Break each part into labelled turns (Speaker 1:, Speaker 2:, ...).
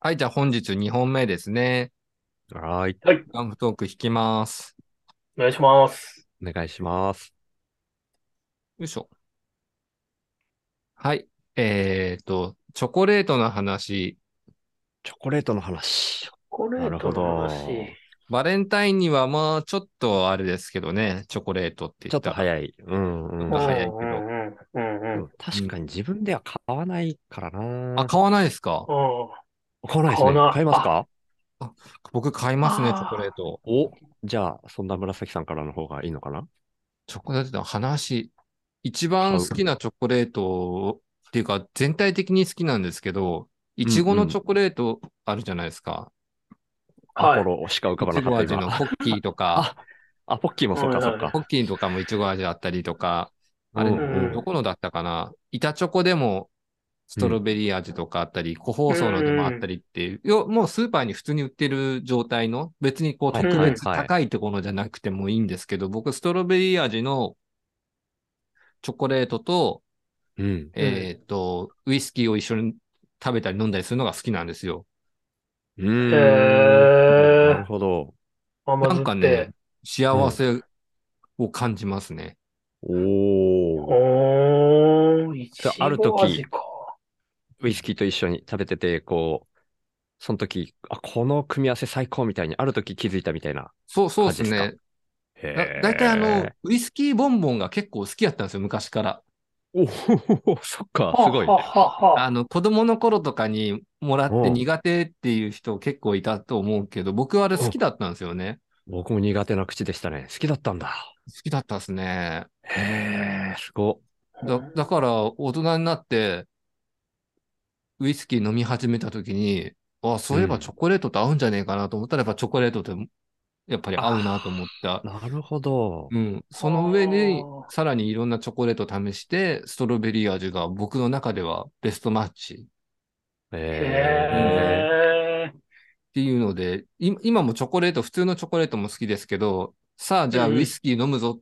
Speaker 1: はい、じゃあ本日2本目ですね。
Speaker 2: はーい。
Speaker 1: ガンフトーク引きます。
Speaker 3: お願いします。
Speaker 2: お願いします。
Speaker 1: よいしょ。はい。えっ、と、チョコレートの話。
Speaker 2: チョコレートの話。
Speaker 3: これ
Speaker 2: なるほど
Speaker 1: バレンタインにはまあちょっとあれですけどね、チョコレートって
Speaker 2: ち
Speaker 1: 言
Speaker 2: ょ
Speaker 1: っ
Speaker 2: っ
Speaker 1: た
Speaker 2: と
Speaker 1: ら。
Speaker 2: 早い。うん、う
Speaker 1: ちょっ
Speaker 2: ん。
Speaker 1: と早いけど
Speaker 3: うんうんうんう
Speaker 2: う
Speaker 3: ん
Speaker 2: ん確かに自分では買わないからな。
Speaker 1: あ、買わないですか
Speaker 2: 買わないですね。
Speaker 3: 買わない
Speaker 2: 買いますか
Speaker 1: 僕買いますね、チ
Speaker 3: あー
Speaker 1: ョコレート。
Speaker 2: お、じゃあ、そんな紫さんからの方がいいのかな
Speaker 1: チョコレートの話。一番好きなチョコレートっていうか、全体的に好きなんですけど、いちごのチョコレートあるじゃないですか。
Speaker 2: ア
Speaker 3: はい
Speaker 2: ポロしか浮かば
Speaker 1: いち
Speaker 2: なか
Speaker 1: ご
Speaker 2: った
Speaker 1: 味の
Speaker 2: 今。
Speaker 1: ポッキーとか
Speaker 2: あ、あ、ポッキーもそうか、
Speaker 3: はい
Speaker 2: そ
Speaker 3: は
Speaker 2: う
Speaker 3: いはい
Speaker 2: か
Speaker 1: ポ。ッキーとかもいちご味あったりとか、あれ、
Speaker 2: うんうん
Speaker 1: どこのだったかな板チョコでもストロベリー味とかあったり、個包装のでもあったりっていう、よもうスーパーに普通に売ってる状態の、別にこう
Speaker 2: はい
Speaker 1: 特別
Speaker 2: はいはい
Speaker 1: 高いってものじゃなくてもいいんですけど、僕ストロベリー味のチョコレートと、
Speaker 2: うん。
Speaker 1: えっ、と、ウイスキーを一緒に食べたり飲んだりするのが好きなんですよ。
Speaker 2: うーん。
Speaker 3: へー
Speaker 2: なるほど。
Speaker 1: な
Speaker 3: 甘酸
Speaker 1: ん
Speaker 3: っ
Speaker 1: か
Speaker 3: ぱい
Speaker 1: ね、幸せを感じますね。
Speaker 2: おー。
Speaker 3: おー、いち
Speaker 2: ある
Speaker 3: ご
Speaker 2: 時
Speaker 3: 味か。
Speaker 2: ウイスキーと一緒に食べてて、こう、その時、あ、この組み合わせ最高みたいに、ある時気づいたみたいな。
Speaker 1: そうそうです
Speaker 2: あです
Speaker 1: ね
Speaker 2: か。へ
Speaker 1: だ
Speaker 2: ー
Speaker 1: 大体あ の、、ウイスキーボンボンが結構好きやったんですよ、昔から。
Speaker 2: おお、そっか、すごいね
Speaker 3: は。ははは
Speaker 1: あの、子供の頃とかにもらっ
Speaker 2: う
Speaker 1: て
Speaker 2: ん
Speaker 1: 苦手っていう人結構いたと思うけど、僕はあれ好きだったんですよね。
Speaker 2: 僕も苦手な口でしたね。好きだったんだ。
Speaker 1: 好きだったですね。
Speaker 2: へえ、すご。
Speaker 1: だだから、大人になって、ウイスキー飲み始めた時に、あ、そういえ
Speaker 2: う
Speaker 1: ば
Speaker 2: ん
Speaker 1: チョコレートと合うんじゃねえかなと思ったら、やっぱチョコレートとやっぱり合うなと思った。
Speaker 2: なるほど。
Speaker 1: うん。その上に
Speaker 3: あー、
Speaker 1: さらにいろんなチョコレート試して、ストロベリー味が僕の中ではベストマッチ
Speaker 2: へえ。
Speaker 3: へ
Speaker 1: っていうので、い今もチョコレート、普通のチョコレートも好きですけど、さあ、じゃあ
Speaker 3: うん
Speaker 1: ウイスキー飲むぞ。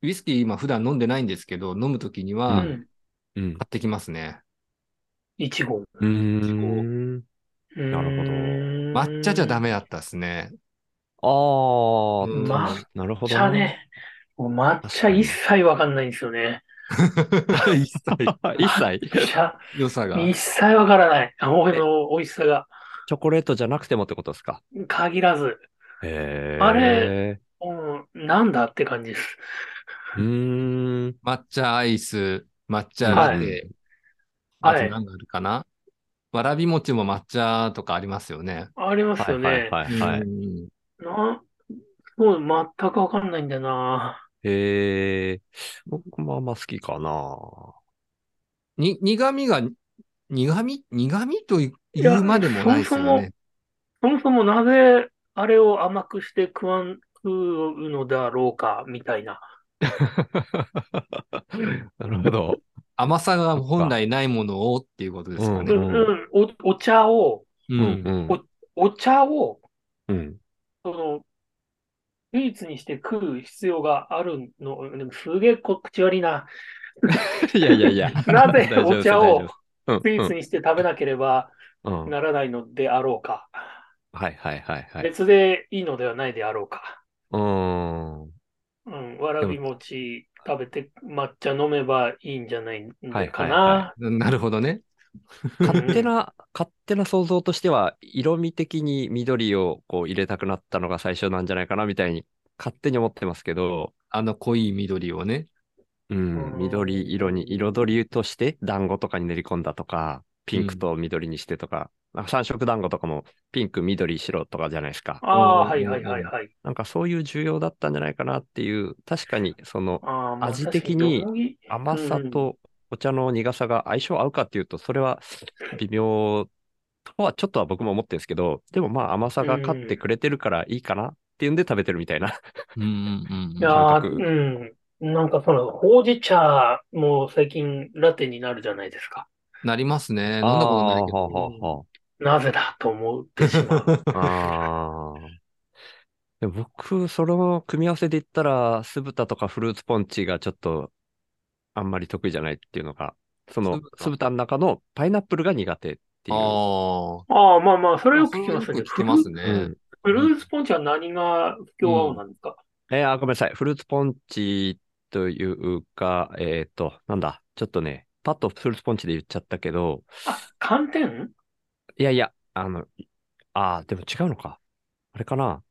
Speaker 1: ウイスキー今普段飲んでないんですけど、飲むときに
Speaker 3: ー。
Speaker 1: は
Speaker 3: う
Speaker 1: 買
Speaker 3: ん。
Speaker 2: うん。
Speaker 1: ってきますね。
Speaker 3: いちご。
Speaker 2: うーん。
Speaker 3: な
Speaker 2: るほど
Speaker 1: 抹茶じゃダ
Speaker 3: メ。
Speaker 1: メだったですね。
Speaker 2: ああ、
Speaker 1: うん
Speaker 3: 抹
Speaker 2: なるほど。
Speaker 3: 抹茶。ね。もう抹茶一切わかんないんです よね。
Speaker 1: 一切
Speaker 2: 一 切
Speaker 3: 抹茶、
Speaker 1: 良さが。
Speaker 3: 一切わからない。あの美味しさが
Speaker 2: チョコレートじゃなくてもってことですか。
Speaker 3: 限らず、
Speaker 2: へえ。
Speaker 3: あれ。うん、なんだって感じです。
Speaker 2: うーん。
Speaker 1: 抹茶アイス、抹茶ラ
Speaker 3: は
Speaker 1: テ、あ
Speaker 3: はい
Speaker 1: と何があるかなわらび餅も抹茶とかありますよね。
Speaker 3: あります
Speaker 2: はい
Speaker 3: よ
Speaker 2: はい
Speaker 3: ね。
Speaker 2: はいはい。
Speaker 1: うん
Speaker 3: な、もう全くわかんないんだよな。
Speaker 2: へえ。僕もあんま好きかな。
Speaker 1: に苦味が、苦味苦味と言うまでもないですよ
Speaker 3: いやそもそ
Speaker 1: ね
Speaker 3: も。そもそもなぜあれを甘くして食わん、食うのだろうか、みたいな。
Speaker 2: なるほど。
Speaker 1: 甘さが本来ないものをっていうことですよ
Speaker 3: う
Speaker 1: ね。
Speaker 3: ん、うん、お、お茶を、
Speaker 1: う
Speaker 2: うんん
Speaker 3: お茶を、
Speaker 2: うん。うん。
Speaker 3: その、スイーツにして食う必要があるの、でもすげえこ口悪 いな。
Speaker 2: いやいやい や。
Speaker 3: なぜ
Speaker 2: 大丈夫です
Speaker 3: お茶を
Speaker 2: 大丈夫
Speaker 3: スイ
Speaker 2: で
Speaker 3: ー
Speaker 2: す
Speaker 3: ツにして食べなければ
Speaker 2: うんうんうん
Speaker 3: ならないのであろうか。
Speaker 2: はいはいはいはい。
Speaker 3: 別でいいのではないであろうか。
Speaker 2: うーん。
Speaker 3: うん、わらび餅食べて抹茶飲めばいいんじゃないのか
Speaker 2: はいはい
Speaker 3: な。
Speaker 1: なるほどね。
Speaker 2: 勝手な、勝手な想像としては、色味的に緑をこう入れたくなったのが最初なんじゃないかなみたいに、勝手に思ってますけど、
Speaker 1: あの濃い緑をね。
Speaker 2: うん、
Speaker 3: うん
Speaker 2: 緑色に、彩りとして団子とかに練り込んだとか、ピンクと緑にしてとか、なんか三色団子とかもピンク、緑、白とかじゃないですか。
Speaker 3: ああ、
Speaker 1: うん
Speaker 3: はいはいはいはい。
Speaker 2: なんかそういう需要だったんじゃないかなっていう、確かにその
Speaker 3: あーまあ
Speaker 2: 味的に
Speaker 3: 確かに小
Speaker 2: 甘さ
Speaker 3: うん
Speaker 2: とお茶の苦さが相性合うかっていうと、それ は微妙とはちょっとは僕も思ってるんですけど、でもまあ甘さが勝ってくれてるからいいかなっていうんで食べてるみたいな。
Speaker 1: うんうんう
Speaker 3: 麦いや
Speaker 1: ん。
Speaker 2: 感覚
Speaker 3: ーうん。なんかその、ほうじ茶も最近ラテになるじゃないですか。
Speaker 1: なりますね。飲ん
Speaker 2: あ
Speaker 1: だことないけ
Speaker 2: ー
Speaker 1: ど。
Speaker 2: はあは
Speaker 3: なぜだと思ってしま う。
Speaker 2: あはああーでも僕、その組み合わせで言ったら、酢豚とかフルーツポンチがちょっとあんまり得意じゃないっていうのが、その
Speaker 1: 酢豚
Speaker 2: 酢豚の中のパイナップルが苦手ってっていう。
Speaker 1: あ
Speaker 3: ああ、まあまあ、そ
Speaker 1: あ。
Speaker 3: れよく聞きますね。
Speaker 1: よく聞きますね。
Speaker 2: うん
Speaker 3: フルフルーツポンチは何が不協和音なんですか、
Speaker 2: えーあ、ごめんなさい。フルーツポンチというか、えっ、と、なんだ、ちょっとね、パッとフルーツポンチで言っちゃったけど、
Speaker 3: あ、寒天
Speaker 2: いやいや、あの、ああ、でも違うのか。あれかな。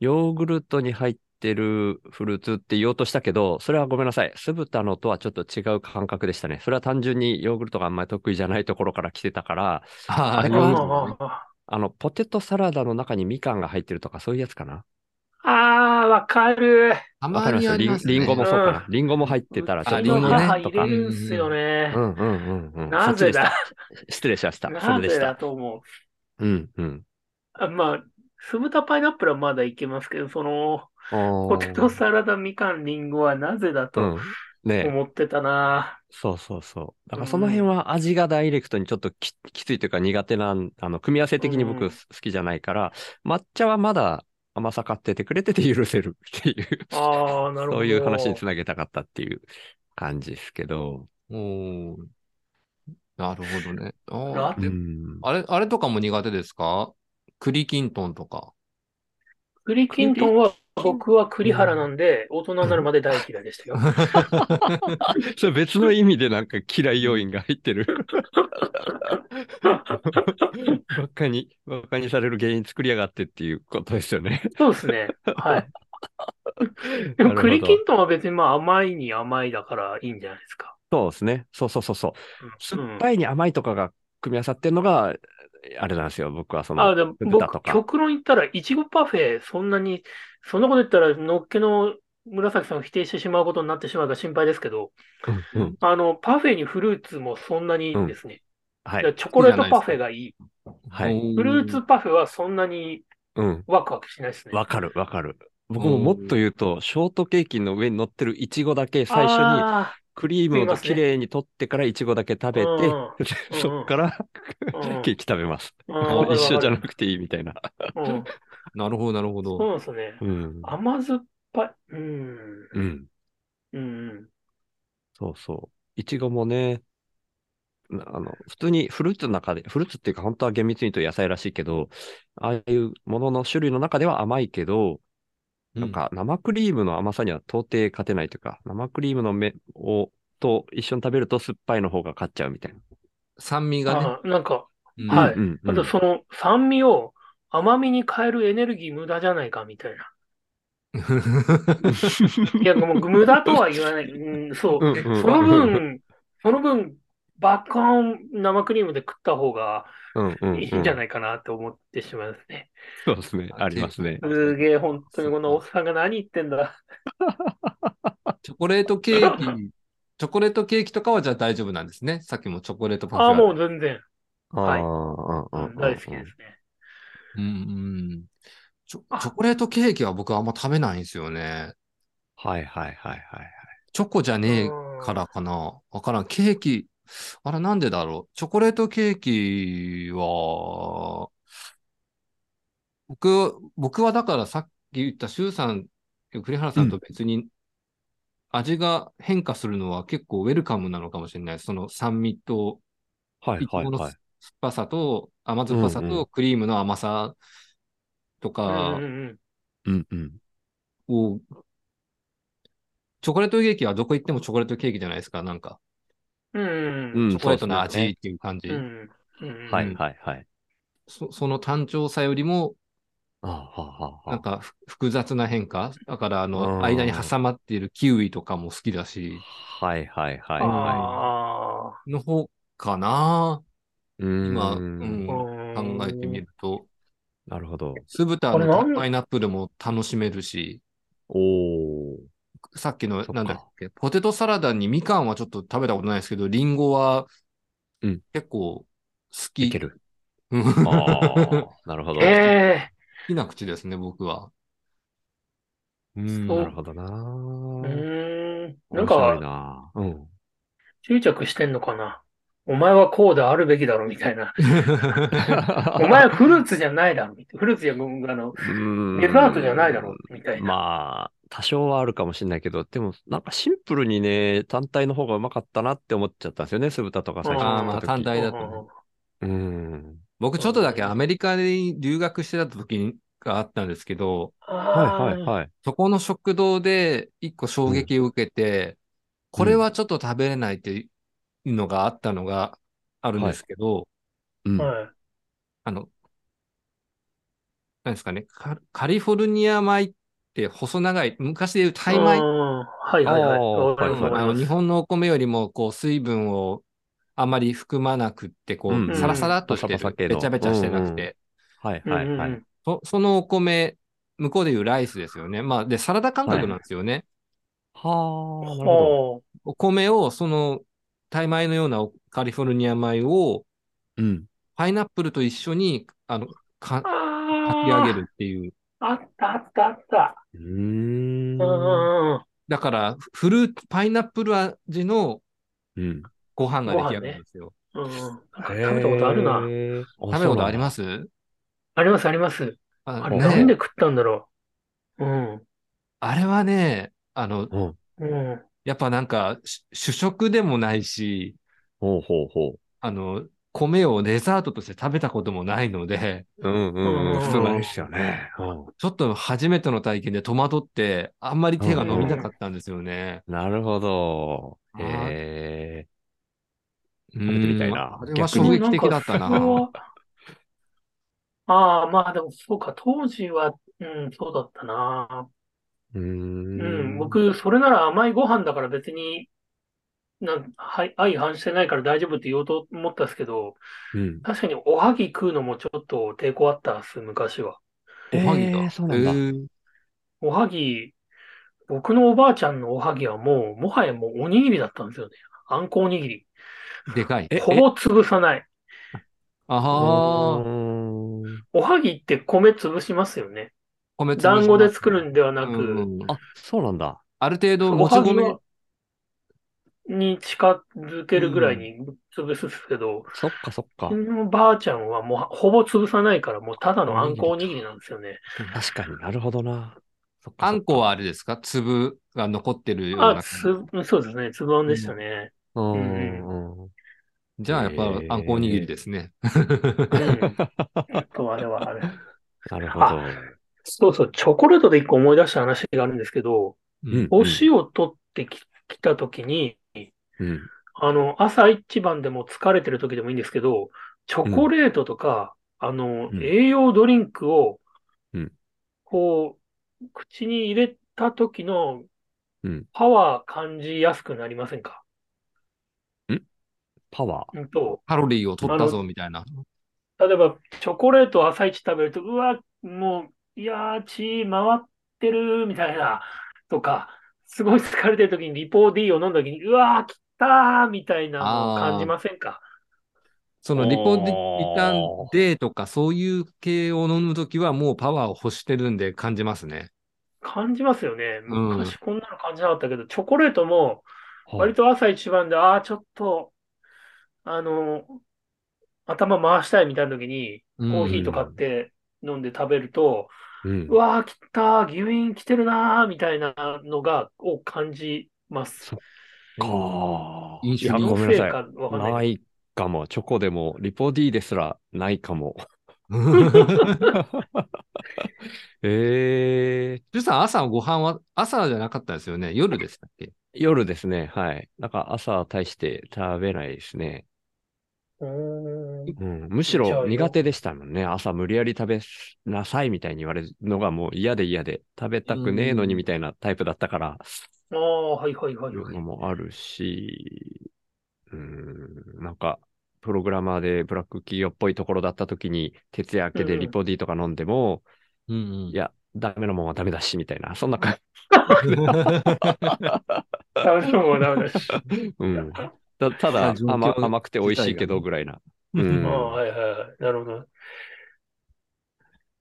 Speaker 2: ヨーグルトに入ってるフルーツって言おうとしたけど、それはごめんなさい。酢豚のとはちょっと違う感覚でしたね。それは単純にヨーグルトがあんまり得意じゃないところから来てたから、
Speaker 1: あ
Speaker 2: あれ
Speaker 3: あ
Speaker 2: かな
Speaker 1: ー
Speaker 3: あ
Speaker 2: あの、ポテトサラダの中にみかんが入ってるとか、そういうやつかな。
Speaker 3: あー、わかる。
Speaker 1: た
Speaker 2: わ
Speaker 1: ま
Speaker 2: かりま
Speaker 1: に
Speaker 2: す
Speaker 1: あ
Speaker 2: リ
Speaker 1: り
Speaker 2: ン
Speaker 1: ますね。
Speaker 2: リンゴもそうかな
Speaker 3: う。
Speaker 2: リンゴも入ってたら、ちょっ
Speaker 1: あ
Speaker 2: と
Speaker 1: リンゴね
Speaker 3: 母
Speaker 2: と
Speaker 3: 入
Speaker 2: か
Speaker 3: れ。るんすよね
Speaker 2: う。んうんうんうん。
Speaker 3: なぜだ
Speaker 2: 失礼しました。そ
Speaker 3: な
Speaker 2: れで
Speaker 3: ぜ
Speaker 2: し
Speaker 3: だ
Speaker 2: た。
Speaker 3: と思う。
Speaker 2: うんうん。
Speaker 3: あまあ、酢豚パイナップルはまだいけますけど、その、
Speaker 2: ポ
Speaker 3: ポテトサラダ、みかん、りんごはなぜだ
Speaker 2: う
Speaker 3: と
Speaker 2: ん。ねえ
Speaker 3: 思ってたな。
Speaker 2: そうそうそう。だからその辺は味がダイレクトにちょっとき,、きついというか苦手なん、あの、組み合わせ的に
Speaker 3: う
Speaker 2: 僕
Speaker 3: ん
Speaker 2: 好きじゃないから、抹茶はまだ甘さ買っててくれてて許せるっていう、
Speaker 3: ああ、なるほど。
Speaker 2: そういう話につなげたかったっていう感じですけど。
Speaker 1: おーなるほどね。あ
Speaker 3: ラ
Speaker 1: ー
Speaker 2: う
Speaker 1: で
Speaker 2: ん。
Speaker 1: あれ、あれとかも苦手ですか栗きんとんとか。
Speaker 3: 栗きんとんは、僕は栗原なんで、大人になるまで大嫌いでしたよ。
Speaker 2: それ別の意味でなんか嫌い要因が入って る。バカに、バカにされる原因作りやがってっていうことですよね。
Speaker 3: そうですね。 はい。でも、
Speaker 2: なるほど
Speaker 3: 栗きんとんは別にまあ甘いに甘いだからいいんじゃないですか。
Speaker 2: そうですね。そうそうそうそう。
Speaker 3: う
Speaker 2: 酸
Speaker 3: ん
Speaker 2: っぱいに甘いとかが組み合わさってるのが、あれなんですよ。僕はその。
Speaker 3: あ、でも
Speaker 2: 酢豚と
Speaker 3: 僕、
Speaker 2: か
Speaker 3: 極論言ったら、いちごパフェ、そんなに、そんなこと言ったら、のっけの紫さんを否定してしまうことになってしまうから心配ですけど、
Speaker 2: うんうん
Speaker 3: あの、パフェにフルーツもそんなにいいんですね。
Speaker 2: は
Speaker 3: だか
Speaker 2: い。
Speaker 3: らチョコレートパフェがいい。
Speaker 2: はい
Speaker 3: フルーツパフェはそんなに
Speaker 2: うん。
Speaker 3: ワクワクしないですね。
Speaker 2: わかる、わかる。僕ももっと言うと、ショートケーキの上に乗ってるイチゴだけ最初に
Speaker 3: あ
Speaker 2: クリームを
Speaker 3: 食いますね
Speaker 2: きれいに取ってからイチゴだけ食べ
Speaker 3: うんうん
Speaker 2: て、で そっから
Speaker 3: うんうん
Speaker 2: ケーキ食べます。
Speaker 3: ーうんわかるわかる
Speaker 2: 一緒じゃなくていいみたいな。
Speaker 3: うん
Speaker 1: なるほど、なるほ
Speaker 3: そう
Speaker 1: ど。
Speaker 3: なんですね。
Speaker 2: うん。
Speaker 3: 甘酸っぱい。うん。
Speaker 2: うん。
Speaker 3: うんうん。
Speaker 2: そうそう。いちごもね、なあの、普通にフルーツの中で、フルーツっていうか本当は厳密に言うと野菜らしいけど、ああいうものの種類の中では甘いけど、
Speaker 1: な
Speaker 2: なん、か生クリームの甘さには到底勝てないというか、生クリームの目を、と一緒に食べると酸っぱいの方が勝っちゃうみたいな。
Speaker 1: 酸味がね。
Speaker 3: あなんか、
Speaker 1: うん
Speaker 3: はい
Speaker 2: うんう
Speaker 3: あ
Speaker 2: ん
Speaker 3: とその酸味を甘みに変えるエネルギー無駄じゃないかみたいな。いや、もう無駄とは言わない。うん、そうう。
Speaker 2: んうん
Speaker 3: その分、その分、バカーン生クリームで食った方が
Speaker 2: うんうんうん
Speaker 3: いいんじゃ
Speaker 2: い
Speaker 3: ないかなって思ってしまいますね。
Speaker 2: そうですね。ありますね。
Speaker 3: すげえ、本当にこのおっさんが何言ってんだ。
Speaker 1: チョコレートケーキ、チョコレートケーキとかはじゃあ大丈夫なんですね。さっきもチョコレートパフェ
Speaker 3: あ
Speaker 1: は
Speaker 3: あ、もう全然、はい
Speaker 2: あ
Speaker 3: う
Speaker 2: ー
Speaker 3: ん大好きです。ね。
Speaker 1: うんうんチョ
Speaker 3: あ
Speaker 1: チョコレートケーキは僕あんま食べないんですよね。
Speaker 2: はいはいはいはいはい。
Speaker 1: チョコじゃねえ
Speaker 3: うん
Speaker 1: からかな。わからん。ケーキ、あれなんでだろう。チョコレートケーキは、僕、僕はだからさっき言った周さん、栗原さんと別に味が変化するのは結構ウェルカムなのかもしれない。その酸味と、
Speaker 2: はい
Speaker 1: いち
Speaker 2: はい
Speaker 1: ごの酸
Speaker 2: は
Speaker 1: っ
Speaker 2: い。
Speaker 1: ぱさと甘酸っぱさ
Speaker 2: うんう
Speaker 1: とクリームの甘さとか
Speaker 3: うんうんうん
Speaker 2: うんうん。
Speaker 1: を、チョコレートケーキはどこ行ってもチョコレートケーキじゃないですか。なんか、
Speaker 3: うん
Speaker 2: うん
Speaker 1: チョコレートの
Speaker 2: そうですね
Speaker 1: 味っていう感じ。
Speaker 3: うんうん
Speaker 2: は
Speaker 3: う
Speaker 2: い
Speaker 3: ん
Speaker 2: はいはい。
Speaker 1: そその単調さよりも、
Speaker 2: あーはあはあ
Speaker 1: な
Speaker 2: は
Speaker 1: んかふ複雑な変化。だから、あ
Speaker 2: う
Speaker 1: の、
Speaker 2: ん
Speaker 1: 間に挟まっているキウイとかも好きだし、
Speaker 2: あ。はいはいはいは
Speaker 3: あ
Speaker 1: の方かな。
Speaker 2: い。うーん
Speaker 1: 今、うん、考
Speaker 3: あうん
Speaker 1: えてみると、
Speaker 2: なるほど。
Speaker 1: 酢豚
Speaker 3: あれなん
Speaker 1: のパイナップルも楽しめるし、
Speaker 2: おお。
Speaker 1: さっきの
Speaker 2: そっ、か
Speaker 1: なんだっけ、ポテトサラダにみかんはちょっと食べたことないですけど、りんごは
Speaker 2: うん
Speaker 1: 結構好き。
Speaker 2: いける。
Speaker 1: うん
Speaker 2: あ
Speaker 1: 好
Speaker 2: あ。なるほど。
Speaker 3: え
Speaker 1: きな口ですね、僕は。うん
Speaker 3: そう
Speaker 2: なるほどな
Speaker 3: え
Speaker 2: ー。
Speaker 3: うん。なん
Speaker 2: 面白い
Speaker 3: か、
Speaker 2: なーうん。
Speaker 3: 執着してんのかなお前はこうであるべきだろみたいな。 お前はフルーツじゃないだろみたいな。フルーツじゃ、ごめんあの、デザートじゃないだろみたいな。
Speaker 2: まあ、多少はあるかもしれないけど、でも、なんかシンプルにね、単体の方がうまかったなって思っちゃったんですよね、酢豚とか最初
Speaker 3: あー
Speaker 2: に
Speaker 1: ま
Speaker 2: 食
Speaker 1: あ
Speaker 2: った
Speaker 1: 単
Speaker 2: 時
Speaker 1: 体あれだとね
Speaker 2: うん。
Speaker 1: 僕ちょっとだけアメリカに留学してた時があったんですけど、
Speaker 2: はいはい
Speaker 3: い。
Speaker 2: はい。
Speaker 1: そこの食堂で一個衝撃を受けて、これはちょっと食べれないっていうのがあったのがあるんですけど、
Speaker 2: うん。
Speaker 3: はい。
Speaker 1: あの、なんですかね、カカリフォルニア米って細長い、昔で言うタイ米
Speaker 3: う
Speaker 1: っ
Speaker 3: んはいはいはい。
Speaker 2: あー
Speaker 3: わかります
Speaker 2: はい
Speaker 1: あ
Speaker 2: はい
Speaker 1: の日本のお米よりもこう水分をあまり含まなくって、こう、
Speaker 2: うん
Speaker 1: サラサラっとしてる、
Speaker 2: パサパサ系の
Speaker 1: べちゃべちゃしてなくて、
Speaker 2: はいはいは
Speaker 3: うんうんう
Speaker 2: い。
Speaker 3: ん
Speaker 1: そそのお米、向こうで言うライスですよね。まあ、で、サラダ感覚なんですよね。
Speaker 2: はあ、なるほ
Speaker 3: ほう
Speaker 1: お米を、その、タイ米のようなおカリフォルニア米を、
Speaker 2: ど。うん。
Speaker 1: パイナップルと一緒に、あの、か、かき
Speaker 3: あ
Speaker 1: 上
Speaker 3: あ
Speaker 1: げるっていう。
Speaker 3: あったあったあった。
Speaker 2: うーん
Speaker 3: うんうんうん。
Speaker 1: だから、フルーツ、パイナップル味の
Speaker 2: うん。
Speaker 1: ご飯が出来上がるんですよ。
Speaker 3: うんうんなんか食べたことあるな。
Speaker 2: へー。
Speaker 1: 食べたことありますす
Speaker 3: ありますあります。
Speaker 1: あ
Speaker 3: あれ
Speaker 1: ね
Speaker 3: なんで食ったんだろう。うん。
Speaker 1: あれはね、あの、
Speaker 2: うん。
Speaker 3: うん。
Speaker 1: やっぱなんか、し主食でもないし、
Speaker 2: ほうほうほ
Speaker 1: あの、米をデザートとして食べたこともないので、
Speaker 2: う。うんうんうん。
Speaker 3: うん
Speaker 2: そうですよね。うん。
Speaker 1: ちょっと初めての体験で戸惑って、あんまり手が伸びなかったんですよね。
Speaker 2: なるほど。
Speaker 1: はい
Speaker 2: へえ。
Speaker 1: 食
Speaker 2: ん食べてみたいな
Speaker 1: あれは
Speaker 2: 逆
Speaker 1: 衝
Speaker 2: に
Speaker 1: 撃的だったな。
Speaker 3: でもんかそこはああ、まあでもそうか、当時は、うん、そうだったな。
Speaker 2: うー
Speaker 3: うんん、。僕、それなら甘いご飯だから別に、なん、はい、相反してないから大丈夫って言おうと思ったんですけど、
Speaker 2: うん。
Speaker 3: 確かにおはぎ食うのもちょっと抵抗あったっす、昔は。
Speaker 1: おはぎだ。
Speaker 2: えーそうなんだ
Speaker 1: えー
Speaker 3: おはぎ、僕のおばあちゃんのおはぎはもう、もはやもうおにぎりだったんですよね。あんこおにぎり。
Speaker 1: でかい。
Speaker 2: え
Speaker 3: ほぼ潰さない。
Speaker 1: ああ、
Speaker 2: うーん
Speaker 3: おはぎって米潰しますよね。
Speaker 1: 米粒
Speaker 3: 団子で作るんでは
Speaker 1: う
Speaker 3: なく、
Speaker 1: んうん
Speaker 2: あ、そうなんだ。
Speaker 1: ある程度、
Speaker 3: お
Speaker 1: もち
Speaker 3: はぎ
Speaker 1: 米
Speaker 3: は、に近づけるぐらいに潰すんですけど、
Speaker 2: そっかそっか
Speaker 3: う。ちのばあちゃんはもうほぼ潰さないから、もうただのあんこおにぎりなんですよね。
Speaker 2: 確かになるほどな。そっか
Speaker 1: あんこはあれですか粒が残ってるような
Speaker 3: あ、
Speaker 1: 感じ。
Speaker 3: つ、そうですね、つぶあんでしたね。
Speaker 2: そっか。う
Speaker 3: うん
Speaker 2: んうん。
Speaker 1: じゃあ、やっぱ、あんこおにぎりですね。
Speaker 3: うん。あとあれはあれ。
Speaker 2: なるほど。
Speaker 3: そうそう、チョコレートで一個思い出した話があるんですけど、
Speaker 1: うん
Speaker 3: お塩を取ってききたときに、
Speaker 2: うん。
Speaker 3: あの、朝一番でも疲れてる時でもいいんですけど、チョコレートとか、あの
Speaker 2: う、ん
Speaker 3: 栄養ドリンクを
Speaker 2: うん、
Speaker 3: こう、口に入れた時の
Speaker 2: うん
Speaker 3: パワー感じやすくなりませんか
Speaker 2: パワ
Speaker 3: うんと、
Speaker 1: カロリーを取ったぞ、みたいな。
Speaker 3: 例えば、チョコレートを朝一食べると、うわ、もう、いやー、血回ってる、みたいな、とか、すごい疲れてる時にリポー D を飲んだ時に、うわー、来たー、みたいなのを感じませんか
Speaker 1: その、リポデ
Speaker 2: おー
Speaker 1: リタンデーとか、そういう系を飲むときは、もうパワーを欲してるんで感じますね。
Speaker 3: 感じますよね。
Speaker 1: うん
Speaker 3: 昔こんなの感じなかったけど、チョコレートも、
Speaker 2: ー。
Speaker 3: 割と朝一番で、ああ、ちょっと、あの、頭回したいみたいな時に、
Speaker 1: コ
Speaker 3: コーヒーとかって飲んで食べると、
Speaker 2: うん
Speaker 3: う。わー、来たー、牛飲来てるなー、みたいなのが、を感じます。
Speaker 2: そっか
Speaker 1: 飲酒
Speaker 2: いや
Speaker 1: 飲
Speaker 2: ごめん
Speaker 3: せ
Speaker 2: ないさい。
Speaker 3: かわかんない
Speaker 2: ないかも。チョコでも、リポ D ですらないかも。ええ
Speaker 1: ジュさん、朝ご飯は、朝じゃなかったですよね。夜でしたっけ
Speaker 2: 夜ですね。はい。なんか朝大して食べないですね。
Speaker 3: うーん
Speaker 2: うん、むし
Speaker 3: じゃあ
Speaker 2: ろ苦手でしたもんね。朝無理やり食べなさいみたいに言われるのがもう嫌で嫌で、食べたくねえのにみたいなタイプだったから、
Speaker 3: ああ、はいはいはい
Speaker 2: いう
Speaker 3: はい
Speaker 2: の。もあるし、うん、なんか、プログラマーでブラック企業っぽいところだった時に、徹夜明けでリポ D とか飲んでも、
Speaker 1: うんうん
Speaker 2: いや、ダメなもんはダメだし、みたいな、そんな感
Speaker 3: ダメだもうダメだし。
Speaker 2: じ。うん、たただ
Speaker 1: 状況
Speaker 2: 甘、甘くて美味しいけどぐらいな。 うん
Speaker 3: ああ、はいはいはい。なるほど。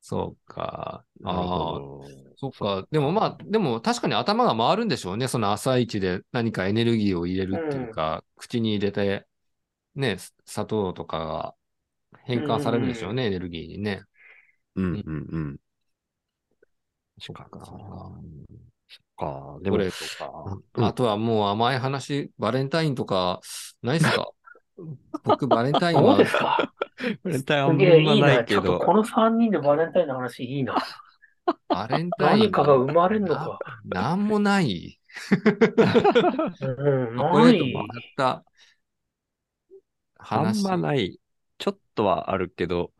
Speaker 1: そうか。
Speaker 2: なる
Speaker 1: ああ、
Speaker 2: ほど
Speaker 1: そうか。でもまあ、でも確かに頭が回るんでしょうね。その朝一で何かエネルギーを入れるっていうか、口に入れて、ね、砂糖とかが変換されるでしょうね、エネルギーにね。
Speaker 2: うんうんうん。確かにな。そっか。で
Speaker 1: こ
Speaker 2: も、
Speaker 1: れとか
Speaker 2: うん
Speaker 1: あとはもう甘い話、バレンタインとか、ないっすか僕、バレンタイン
Speaker 3: そう
Speaker 1: は
Speaker 3: ですか。
Speaker 2: バレンタインあ
Speaker 3: す
Speaker 2: ん
Speaker 3: げえい
Speaker 2: ま
Speaker 3: い
Speaker 2: な
Speaker 3: な。
Speaker 2: いけ
Speaker 3: ちょっと
Speaker 2: ど。
Speaker 3: この3人でバレンタインの話いいな。
Speaker 1: バレンタイン。
Speaker 3: 何かが生まれんのか。
Speaker 1: な。なんもない。
Speaker 3: うん、
Speaker 1: チョコレ
Speaker 3: な
Speaker 1: ート
Speaker 3: い
Speaker 1: も。らった
Speaker 2: あん
Speaker 1: 話。
Speaker 2: まない。ちょっとはあるけど、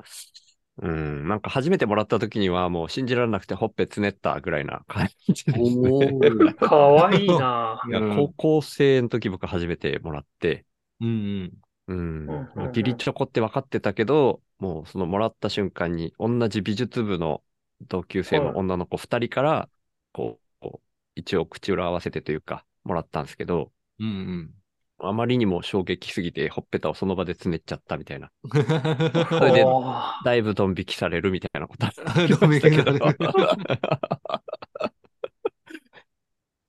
Speaker 2: うん、なんか初めてもらった時にはもう信じられなくてほっぺつねったぐらいな感じ です
Speaker 1: お
Speaker 2: ね。
Speaker 1: ー
Speaker 3: かわいいな。
Speaker 2: いや
Speaker 1: うん
Speaker 2: 高校生の時僕初めてもらって、
Speaker 1: うんうん。
Speaker 2: うん、
Speaker 3: うんうんうん
Speaker 2: もう義理チョコって分かってたけど、もうそのもらった瞬間に同じ美術部の同級生の女の子2人から、こう、こう一応口裏合わせてというか、もらったんですけど、
Speaker 1: うんうん。
Speaker 2: あまりにも衝撃すぎて、ほっぺたをその場でつねっちゃったみたいな。
Speaker 3: お
Speaker 2: それで
Speaker 3: ー
Speaker 2: だいぶドン引きされるみたいなことあった
Speaker 1: ドン引きされる
Speaker 2: けど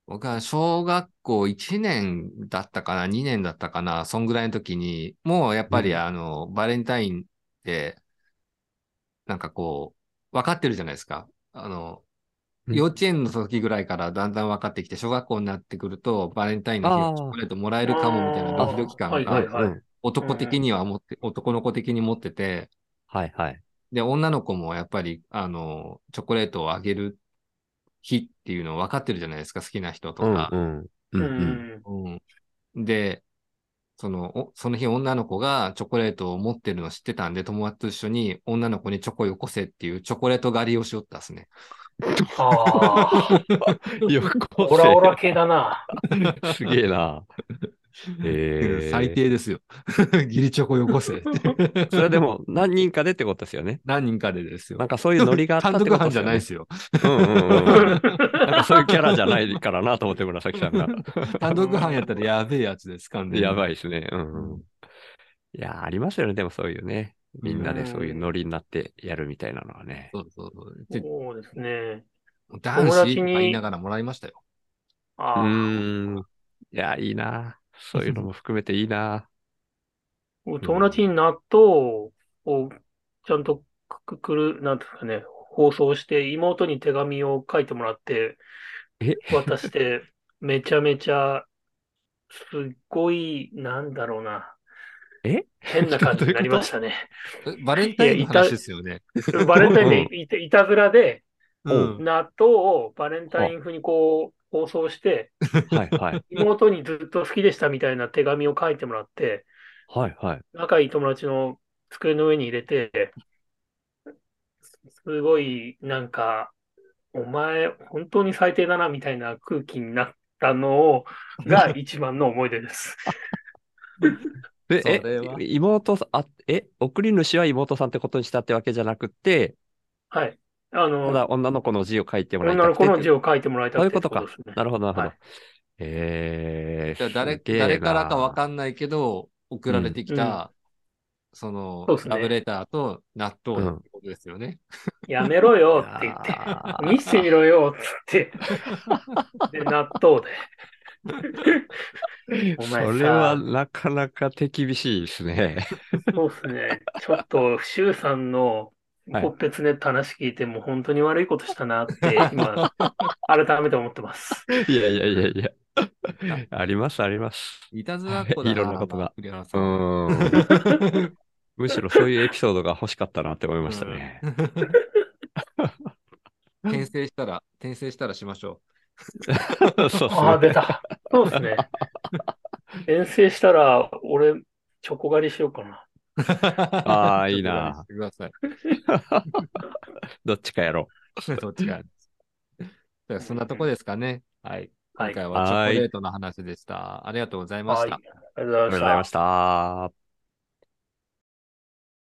Speaker 1: 僕は小学校1年だったかな、2年だったかな、そんぐらいの時に、もうやっぱり
Speaker 2: うん
Speaker 1: あの、バレンタインって、なんかこう、分かってるじゃないですか。あの、
Speaker 2: うん
Speaker 1: 幼稚園の時ぐらいからだんだん分かってきて、小学校になってくると、バレンタインの日
Speaker 2: あ
Speaker 1: は
Speaker 2: ー
Speaker 1: チョコレートもらえるかもみたいなドキドキ
Speaker 3: は
Speaker 1: 感
Speaker 3: いはい
Speaker 1: が、
Speaker 3: はい。
Speaker 2: うん
Speaker 1: 男的には持って、男の子的に持ってて、
Speaker 2: はいはい。
Speaker 1: で、女の子もやっぱり、あの、チョコレートをあげる日っていうの分かってるじゃないですか、好きな人と
Speaker 2: うん
Speaker 1: か
Speaker 2: う。ん。う
Speaker 3: うんん
Speaker 2: うん。
Speaker 1: うんで、その、おその日女の子がチョコレートを持ってるの知ってたんで、友達と一緒に女の子にチョコよこせっていうチョコレート狩りをしよったっすね。
Speaker 3: ああ、
Speaker 2: よこせ
Speaker 3: オラオラ系だな。
Speaker 2: すげえな。 へえ
Speaker 1: 最低ですよ。ギリチョコよこせって。
Speaker 2: それでも何人かでってことですよね。
Speaker 1: 何人かでですよ
Speaker 2: なん。かそういうノリがあったっ
Speaker 1: 単
Speaker 2: て
Speaker 1: 独
Speaker 2: こと
Speaker 1: 犯
Speaker 2: です
Speaker 1: じゃ
Speaker 2: よ
Speaker 1: ないです
Speaker 2: ね。
Speaker 1: よ。
Speaker 2: うんうんうん。 なんかそういうキャラじゃないからなと思って村崎さんが。
Speaker 1: 単独犯やったらやべえやつです、完全に。
Speaker 2: やば
Speaker 1: い。
Speaker 2: いですね。うんうん。いやー、ありますよね。でもそういうね。みんなでそういうノリになってやるみたいなのはね。
Speaker 1: そうそうそう。で
Speaker 3: そうですね。
Speaker 1: 男
Speaker 3: 友
Speaker 1: 子
Speaker 3: 達
Speaker 1: と
Speaker 3: に
Speaker 1: か言いながらもらいましたよ。
Speaker 2: う
Speaker 3: ああ、
Speaker 2: ーん。いやー、いいな。そういうのも含めていい な。
Speaker 3: 僕友達に納豆をちゃんとくくる、なんていうんですかね、包装して、妹に手紙を書いてもらって
Speaker 2: え、
Speaker 3: 渡して、めちゃめちゃ、すっごい、なんだろうな。
Speaker 2: え
Speaker 3: 変な感じになりましたね。
Speaker 1: えバレンタインの話ですよね。
Speaker 3: バレンタインでいたいたずらで、
Speaker 2: うん
Speaker 1: うん
Speaker 3: 納豆をバレンタイン風にこう、包装して、
Speaker 2: はいはい。
Speaker 3: 妹にずっと好きでしたみたいな手紙を書いてもらって、
Speaker 2: はいはい。
Speaker 3: 仲いい友達の机の上に入れて、すごい、なんか、お前、本当に最低だな、みたいな空気になったのを、 が一番の思い出です。
Speaker 2: で、
Speaker 1: それは
Speaker 2: え、妹さん、あ、え、送り主は妹さんってことにしたってわけじゃなくて、
Speaker 3: はい。あ
Speaker 2: た
Speaker 3: の、
Speaker 2: だ女の子の字を書いてもらいた
Speaker 3: 女
Speaker 2: くて
Speaker 3: の子の
Speaker 2: って
Speaker 3: 字を書いてもらいたくてってことですね。
Speaker 2: なるほど、なるほど。
Speaker 3: はい
Speaker 2: えー、
Speaker 1: じゃあ誰
Speaker 2: すげえな
Speaker 1: 誰からかわかんないけど、送られてきた、その
Speaker 3: そうっすね
Speaker 1: ラブレターと納豆
Speaker 2: うん
Speaker 1: ってことですよね。
Speaker 3: やめろよって言って、見せてみろよって言 って、で、納豆で。 お前
Speaker 2: そ
Speaker 3: さ
Speaker 2: れはなかなか手厳しいです ね。
Speaker 3: そうですね。ちょっと、シュウさんの
Speaker 2: はい
Speaker 3: ほっぺつねって話聞いて、もう本当に悪いことしたなって、 今、改めて思ってます。
Speaker 2: いやいやいやい や。あります、あります。
Speaker 1: いたずらっ子だな。
Speaker 2: いろんなことが
Speaker 1: 栗原
Speaker 2: う
Speaker 1: さん。
Speaker 2: ーん。むしろそういうエピソードが欲しかったなって思いましたね。
Speaker 1: 転生したら、転生したらしましょ
Speaker 2: そうっすね
Speaker 3: ああ、出た。そ うですね。遠征したら、俺、チョコ狩りしようかな。
Speaker 1: う。
Speaker 2: あーいいな
Speaker 1: ちょっとして
Speaker 2: どっちかやろ
Speaker 1: ください。どっちか。じゃあそんなとこですかね。はい。今
Speaker 3: はい。はい。
Speaker 1: 回はチョコレートの話でした。ありがとうございま
Speaker 3: あ
Speaker 1: し
Speaker 3: り
Speaker 1: た
Speaker 3: が。とうござ
Speaker 2: う。あ
Speaker 3: い
Speaker 2: りがと
Speaker 3: まし
Speaker 2: うござい
Speaker 3: た
Speaker 2: ま。した。